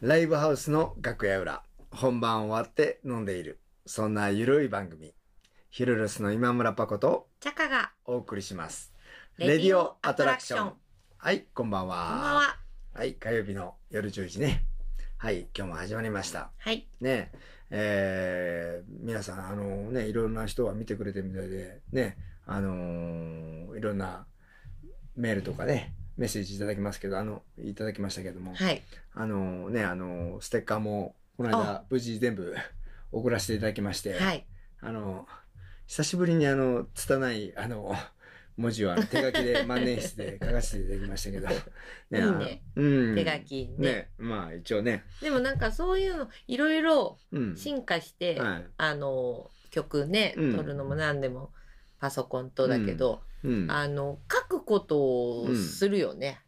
ライブハウスの楽屋裏、本番終わって飲んでいる、そんなゆるい番組、ヒルルスの今村パコとチャカが、お送りします。レディオアトラクション。はい、こんばんは。こんばんは。はい、火曜日の夜10時ね。はい、今日も始まりました。はい。ねえ、えー、皆さん、あのね、いろんな人は見てくれてるみたいで、ね、あのーいろんなメールとかね、メッセージいただきますけど、あの、いただきましたけども、はい。あのね、あのステッカーも、この間あ、無事全部 送らせていただきまして、はい。あの、久しぶりにあの、拙い、あの、文字をあ の手書きで万年筆で書かせていただきましたけど、いいねあのうん。手書きね。ね、まあ一応ね、でもなんかそういうの、いろいろうん。進化して、はい。あの、曲ね、うん撮るのも何でも、パソコンとだけど、うん。ああの、書くことをするよね。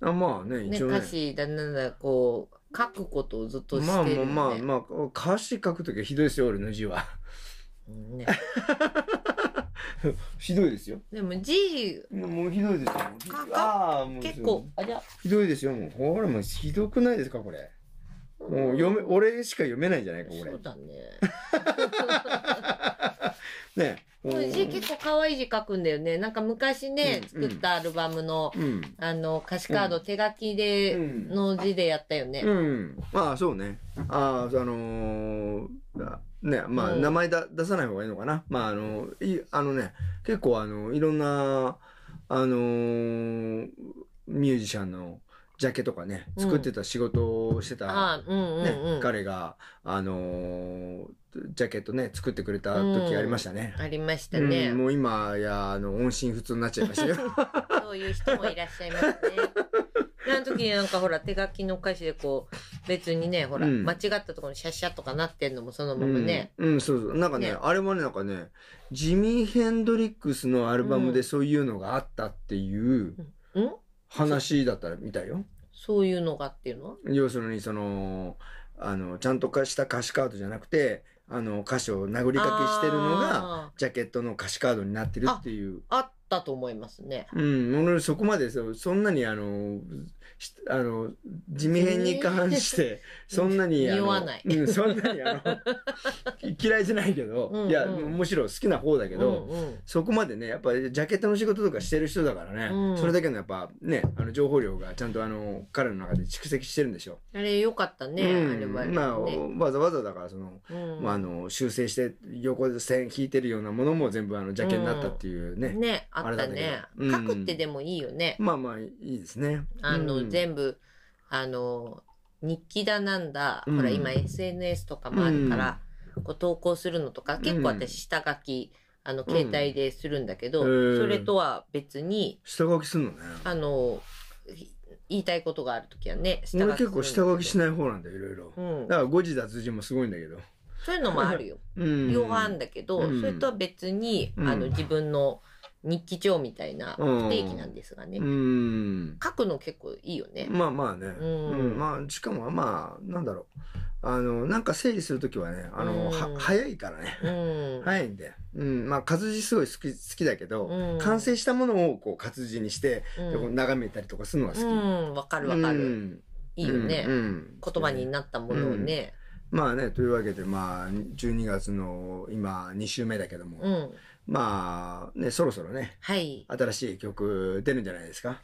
まあね、ね、一応ね。歌詞だなんだ、こう、書くことをずっとしまあてるよね。まあまあ、まあ、歌詞書くときはひどいですよ、俺の字は。 うんねひどいですよ。でも字、もうひどいですよ。かああ、もう結構、ありゃ、ひどいですよ、もう。ほら、もうひどくないですか、これ。もう読め、俺しか読めないんじゃないか、これ そう。だね。ね。もううち結構可愛い字書くんだよね。なんか昔ね、うん作ったアルバムの、うん。あの、歌詞カード手書きで、うんの字でやったよね。うん。まあ、そうね。ああ、あのーあね、まあ、うん名前だ出さない方がいいのかな。まあ、あの、い、あのね、結構あの、いろんな、あのーミュージシャンのジャケとかね、うん作ってた仕事をしてた、ああ、うんうんね、うん。彼が、あのージャケットね、作ってくれた時ありましたね。ありましたうねん、。もう今や、あの、音信不通になっちゃいましたよ。 そういう人もいらっしゃいますね。あの時になんかほら、手書きの歌詞でこう、別にね、ほら、うん間違ったところにシャッシャッとかなってんのもそのままね。うん、うん、そうそう。なんかね、ねあれもね、なんかね、ジミー・ヘンドリックスのアルバムでそういうのがあったっていううん、話だったみたいよ。そういうのがっていうの要するに、その、あの、ちゃんと化した歌詞カードじゃなくて、あの、歌詞を殴りかけしてるのが、あジャケットの歌詞カードになってるっていう。ーあったと思いますね。うん、俺そこまでそ、そんなにあの、しあの、地味編に関して、そんなに、あの匂わないうん、そんなにあの、 嫌いじゃないけど、うんうんいや、むしろ好きな方だけど、うんうん。そこまでね、やっぱりジャケットの仕事とかしてる人だからね、うんそれだけのやっぱね、あの情報量がちゃんとあの、彼の中で蓄積してるんでしょあれ良かったう。ね、あれはうね。ん、まあ、わざわざだからその、うんまああの、修正して横線引いてるようなものも全部あの、ジャケになったっていうね。ね、ああれっだたけどね。うん書くってでもいいよね。まあまあ、いいですね。あの、うん全部、あの、日記だなんだ、うんほら今 SNS とかもあるから、こう投稿するのとか、結構私下書き、あの、携帯でするんだけど、へーそれとは別に、下書きすんのね。あの、ひ言いたいことがあるときはね、俺結構下書きしない。ない方なんだよ、いろいろ。うんだか。ら誤字脱字もすごいんだけど。そういうのもあるよ。うん。両方あんだけど、うんそれとは別に、うんあの、自分の日記帳みたいなうん不定期なんですがね。うん。書くの結構いいよね。まあまあね。うんうん。まあ、しかもまあ、なんだろう。あの、なんか整理するときはね、あの、うんは、早いからね。うん。早いんで。うん。まあ、活字すごい好き、好きだけど、うん完成したものをこう活字にして、うんでこう眺めたりとかするのが好き。うん、わかるわかうる。んいいよね。うんうん言葉になったものをね。まあね、というわけで、まあ、12月の今、2週目だけども、うん。まあ、ね、そろそろね、はい。新しい曲出るんじゃないですか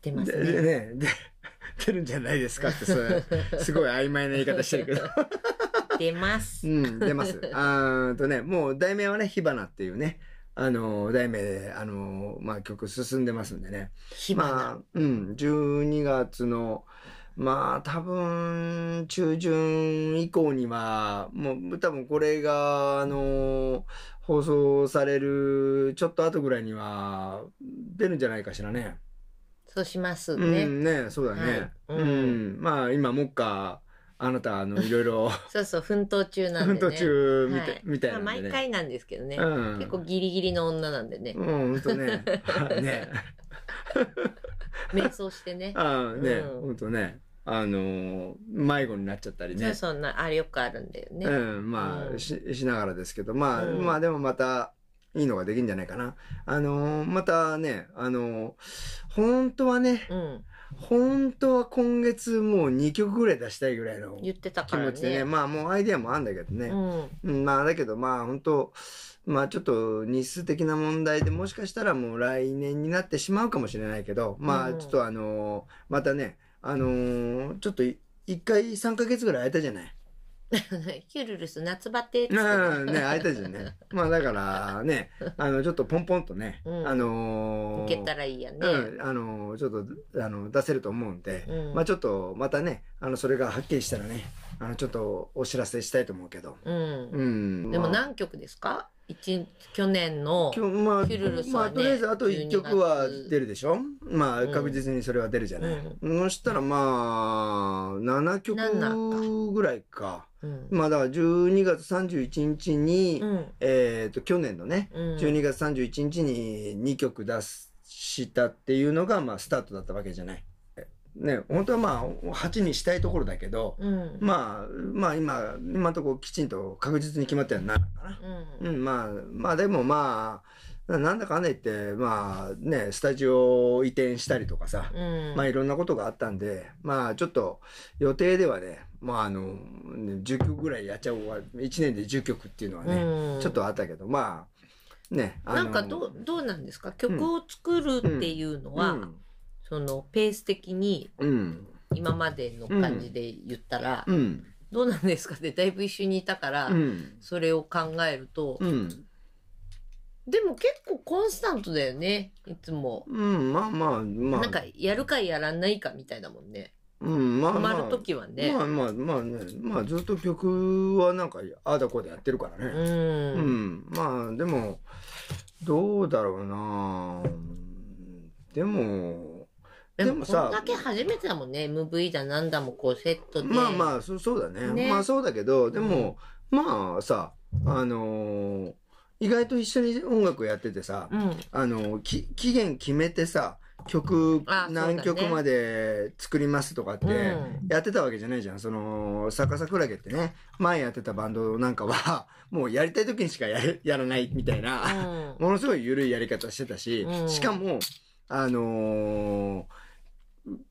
出ますで ねね。で、出るんじゃないですかって、それ、すごい曖昧な言い方してるけ ど。出ます。うん、出ます。あーとね、もう題名はね、火花っていうね、あのー、題名で、あのー、まあ曲進んでますんでね。火ま花。あ、うん、12月の、まあ多分、中旬以降には、もう多分これが、あのー、放送されるちょっと後ぐらいには、出るんじゃないかしらね。そうしますうね。ん、ね、そうだね。はいうん、うまあ今、もっか、あなた、あの、いろいろ、そうそう、奮闘中なん でね。奮闘中みたはいみたいなんでねまあ毎回なんですけどね。うん結構ギリギリの女なんでね。うん、ほんと ね。 ね。瞑想してね。ああ、ね、うんほんとね。あのー迷子になっちゃったりそうね。そうな、あれよくあるんだよね。うん、まうあ、んし、しながらですけど、まあ、うんまあでもまた、いいのができるんじゃないかな。あのーまたね、あのー本当はね、うん。本当は今月もう2曲ぐらい出したいぐらいの言ってた気からね持ちでね。まあもうアイデアもあんだけどね。うん うん、まあだけどまあ本当まあちょっと日数的な問題でもしかしたらもう来年になってしまうかもしれないけど、まあうんちょっとあのーまたね、あのーちょっとい一回3ヶ月ぐらい空いたじゃない。ヒュルルス夏バテっつっうてねん、ね、空いたじゃんね。まあだからね、あの、ちょっとポンポンとね、うんあのーいけたらいいやね。うん、あのーちょっと、あの、出せると思うんで、うんまあちょっとまたね、あの、それがはっきりしたらね、あの、ちょっとお知らせしたいと思うけど。うんうん。でまもあ何曲ですか一去年の今日まあ、ヒュルルさんねまあとりあえずあと1曲は12出るでしょまあうん確実にそれは出るじゃない、そしたらまあ7 7曲ぐらいかうんまあだから12月31日に、うんえっ、と去年のねうん12月31日に2曲出したっていうのがまあスタートだったわけじゃないね本当はまあ8にしたいところだけど、うんまあまあ今今のところきちんと確実に決まったようになるかなうんうん、まあ、まあでもまあ、ななんだかんだ言って、まあね、スタジオ移転したりとかさ、うんまあいろんなことがあったんで、まあちょっと予定ではね、まああの、ね10曲ぐらいやっちゃおうわ、1年で10曲っていうのはね、うんちょっとあったけど、まあ、ね、あのなんかどうどうなんですか曲を作るっていうのは、うん、そのペース的にうん、今までの感じで言ったら、うん、どうなんですかってだいぶ一緒にいたから、うん、それを考えると、うん、でも結構コンスタントだよねいつも、うん、まあまあ、まあ、なんかやるかやらないかみたいだもんねうん、まあ止ままあ、る時はね、まあまあまあね、まあずっと曲はなんか、ああだこうだやってるからね。うん、うん、まあでもどうだろうなでもででももさこんだけ初めてだもんね MV だなんだもこうセットでまあまあそそうだねねまあそうだけどでも、まあさあのー意外と一緒に音楽やっててさ、うんあのき期限決めてさ曲あそうだね何曲まで作りますとかってうんやってたわけじゃないじゃんその逆さクラゲってね前やってたバンドなんかは もうやりたい時にしかやれやらないみたいな。うんものすごい緩いやり方してたし、うんしかも、あのー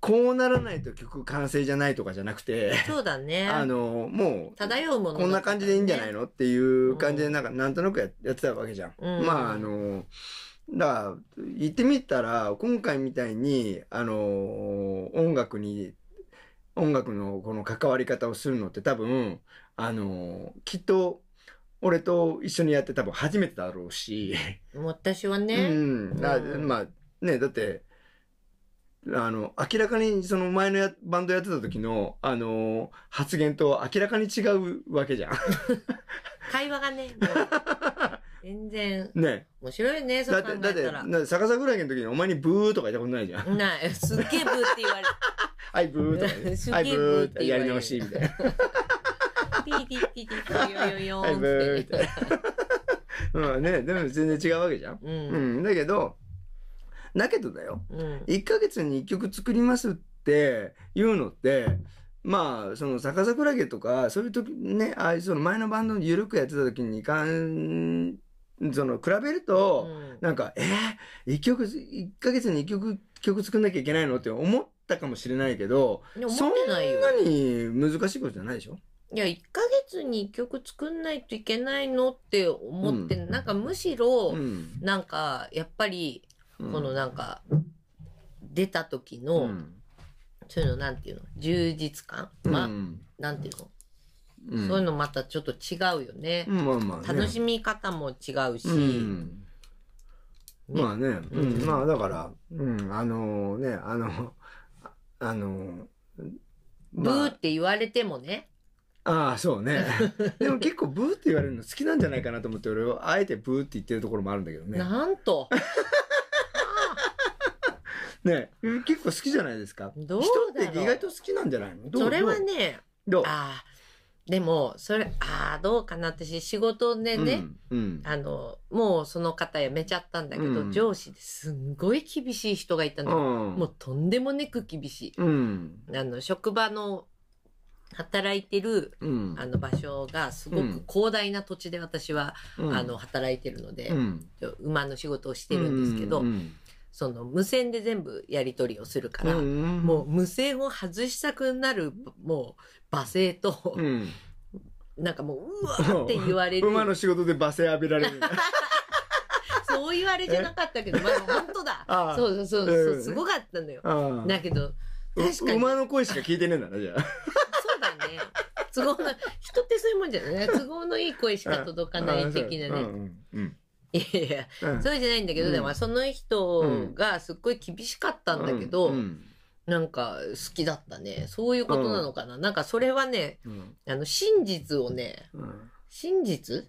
こうならないと曲完成じゃないとかじゃなくて、そうだねあのーもう、漂うものこんな感じでいいんじゃないののっていう感じで、なんか、なんとなくややってたわけじゃん。うんまあ、あのーだから、言ってみたら、今回みたいに、あのー音楽に、音楽のこの関わり方をするのって多分、あのーきっと、俺と一緒にやって多分初めてだろうし、私はうね、ん、あうんまあねだってあの明らかにその前のやバンドやってた時のあの発言と明らかに違うわけじゃん。会話がねもう全然ね面白いねそだうっ考てえだってただらって逆さぐらいの時にお前にブーとか言ったことないじゃん。ないすっげえブーって言われる はいブーとかね、すはっいブげえブーーっってて言やわれるり直しみたいな。ピーピーピーピーピーヨヨヨはいブーンーっってて。うんねでも全然違うわけじゃん。ううんんだけどだけどだようん1ヶ月に1曲作りますっていうのってまあその逆さクラゲとかそういう時ねああいうその前のバンドの緩くやってた時にいかんその比べると、なんかえー、1曲一ヶ月に1曲曲作んなきゃいけないのって思ったかもしれないけどでもそ思んってないよなに難しいことじゃないでしょいや、1ヶ月に1曲作んないといけないのって思って、なんかむしろ、んなんか、やっぱり、ここのなんか、出た時うの、んそういうの、なんていうの充実感、うんまあ、なんていうの、うんそういうのまたちょっと違うよね。うんまあまあ、ね、楽しみ方も違うし、うんねまあね、ううんん、まあだから、うん、あのね、あの、ああの、ブーまって言われてもね、あ、ああ、そう ね。でも結構ブーって言われるの好きなんじゃないかなと思って、俺はあえてブーって言ってるところもあるんだけどね。なんと、ね、結構好きじゃないですか。どうだろう人って意外と好きなんじゃない のどうそれはね、どうああ、でも、それ、ああ、どうかな私仕事でどうね、うん。うんあの、もうその方辞めちゃったんだけど、うん上司ですんごい厳しい人がいたの。もうとんでもなく厳しうん。い。あの、職場の働いてる、うん。あの場所がすごうくん広大な土地で私は、うんあの、働いてるので、うん。馬の仕事をしてるんですけど、うんその無線で全部やり取りをするかうら、んもう無線を外したくなる、もう、罵声と、うん、うん、なんかもう、うわーって言われる。馬の仕事で罵声浴びられるんだそう言われじゃなかったけど、まあ本当だああ。そうそううそうんそうう、んすごかったのよ。ああだけど、確うかに。馬の声しか聞いてねえんだなじゃあそうだね。都合の、人ってそういうもんじゃない都合のいい声しか届かない的なああそうね。うんいやいや、うんうんそうじゃないんだけど、うんでもその人がすっごい厳しかったんだけど、うんなんか好きだったね。そういうことなのかな。なんかそれはね、うんあの、真実をね、うん真実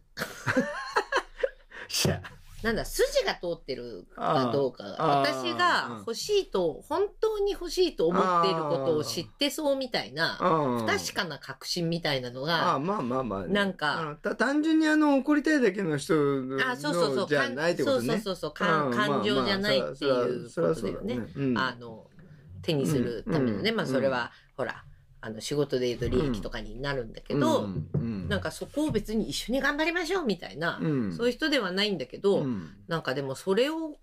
しゃなんだ、筋が通ってるかどうか。あー私あーが欲しいと、本当に欲しいと思っていることを知ってそうみたいな、あ不あ確かな確信みたいなのああが、まあまあまあね、なんかあた単純にあの怒りたいだけの人のあ、そうそうそう、じゃないってことそうねそうそうそう、感感情じゃないっていうことだよね。あの、手にするためのね、うんまあうんそれは、ほら、あの、仕事で言うと利益とかになるんだけど、なんかかそこを別に一緒に頑張りましょうみたいな、そういういう人ではないんだけど、なんかでもそれを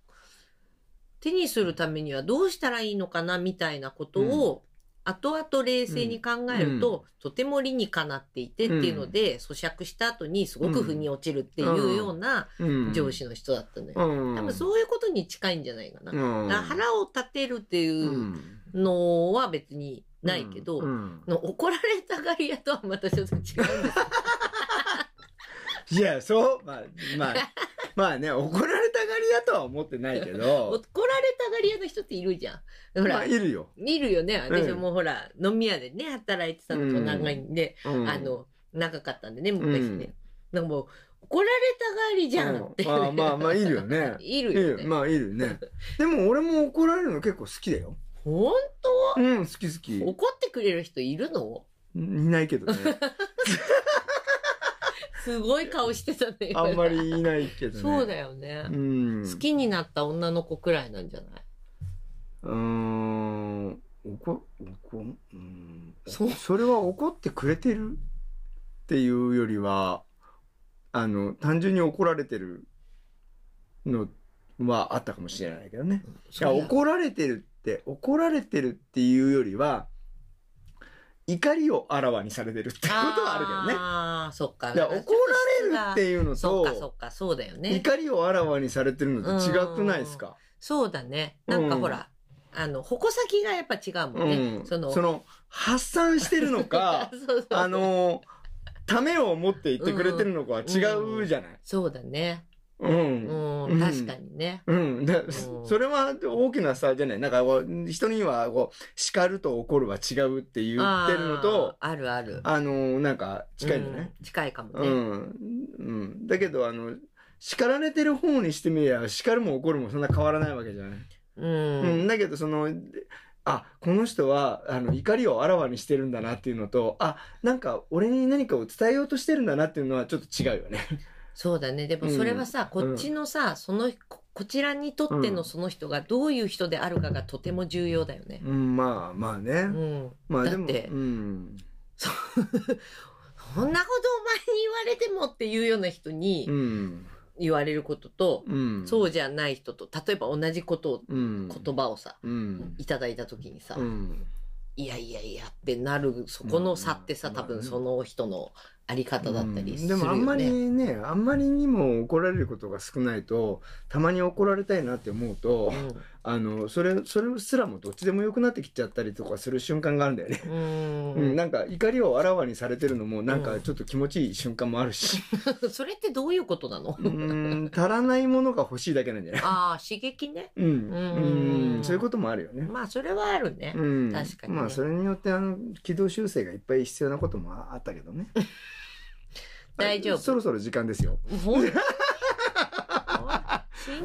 手にするためにはどうしたらいいのかなみたいなことを後々冷静に考えると、とても理にかなっていてっていうので、咀嚼した後にすごく腑に落ちるっていうような上司の人だったのよ。多分そういうことに近いんじゃないかな。だから腹を立てるっていううのは別にないけど、の怒られたがり屋とはまたちょ っと違うんですいやそうまあまあ まあね怒られたがりだとは思ってないけ怒らどれたがり屋の人っているじゃん。 ほらまあ、いるよ、見るよね。私うんもほら、飲み屋でね、働いてたのと長いんで、うんあの、長かったんでね、昔ね。なんかもう、怒られたがりじゃんって、うんあまあまあいるよね いいるよるね。まあいる ねでも俺も怒られるの結構好きだよほんうん好き好き怒ってくれる人いるのいないけどねすごい顔してたね。あんまりいないけどね そうだよね、うん好きになった女の子くらいなんじゃないうーん、怒、怒、うん。そうそれは怒ってくれてるっていうよりは、あの、単純に怒られてるのはあったかもしれないけどね。いや、怒られてるって、怒られてるっていうよりは、怒りをあらわにされてるっていうことはあるけどね。ああ、そっか。いや、怒られるっていうのそっかそと、っか、そうだよね。怒りをあらわにされてるのと違くないですかそうだね。なんかほら、あの、矛先がやっぱ違うもんね。うん、その、発散してるのか そうそうあのためを持って言ってくれてるのかは違うじゃないそうだね。ううんん、うん確かにね。うん、だんそれは大きな差じゃないなんかこう人にはこう叱ると怒るは違うって言ってるのとあーあるある。あのなんか近いんじゃない、うん近いかもうね。んうん、だけどあの叱られてる方にしてみれば叱るも怒るもそんな変わらないわけじゃないうん。うん、だけどそのであこの人はあの怒りをあらわにしてるんだなっていうのとあなんか俺に何かを伝えようとしてるんだなっていうのはちょっと違うよね。そうだね。でもそれはさ、うんこっちのさ、その、ここちらにとってうのんその人がどういう人であるかがとても重要だよね。 うん、まあまあね、うん。まあでだも、ってうんそ そんなことお前に言われてもっていうような人うにん言われることと、うん、、そううじゃない人と、例えば同じことを、うん、言葉をさ、うん、いただいた時にさ、うん、いやいやいやってなる、そこの差ってさ、うん多分その人のあり方だったりするでよね。もあんまりねあんまりにも怒られることが少ないとたまに怒られたいなって思うと、あのそれそれすらもどっちでもよくなってきちゃったりとかする瞬間があるんだよね。うん。う、うんんなんか怒りをあらわにされてるのもなんうかんちょっと気持ちいい瞬間もあるし、 それってどういうことなの、うーん、足らないものが欲しいだけなんじゃないああ、刺激ね。うん、んうんそういうこともあるよね。まあ、それはあるね。うん、確かにねまあそれによってあの軌道修正がいっぱい必要なこともあったけど ね大丈夫あそろそろ時間ですよほん 新曲の話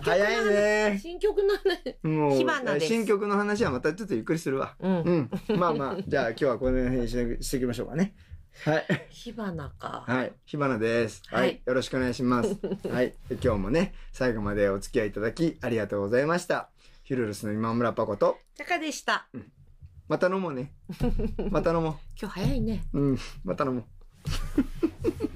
早いね新曲の話。も火花うです新曲の話はまたちょっとゆっくりするわうんう。んまあまあじゃあ今日はこの辺にしてしていきましょうかねはい火花か。はい、火花です。はい、はいよろしくお願いします。はい、今日もね、最後までお付き合いいただきありがとうございました。ヒルルスの今村パコと、タカでした。また飲もうね。また飲も今日早いね。う。うん、また飲もう。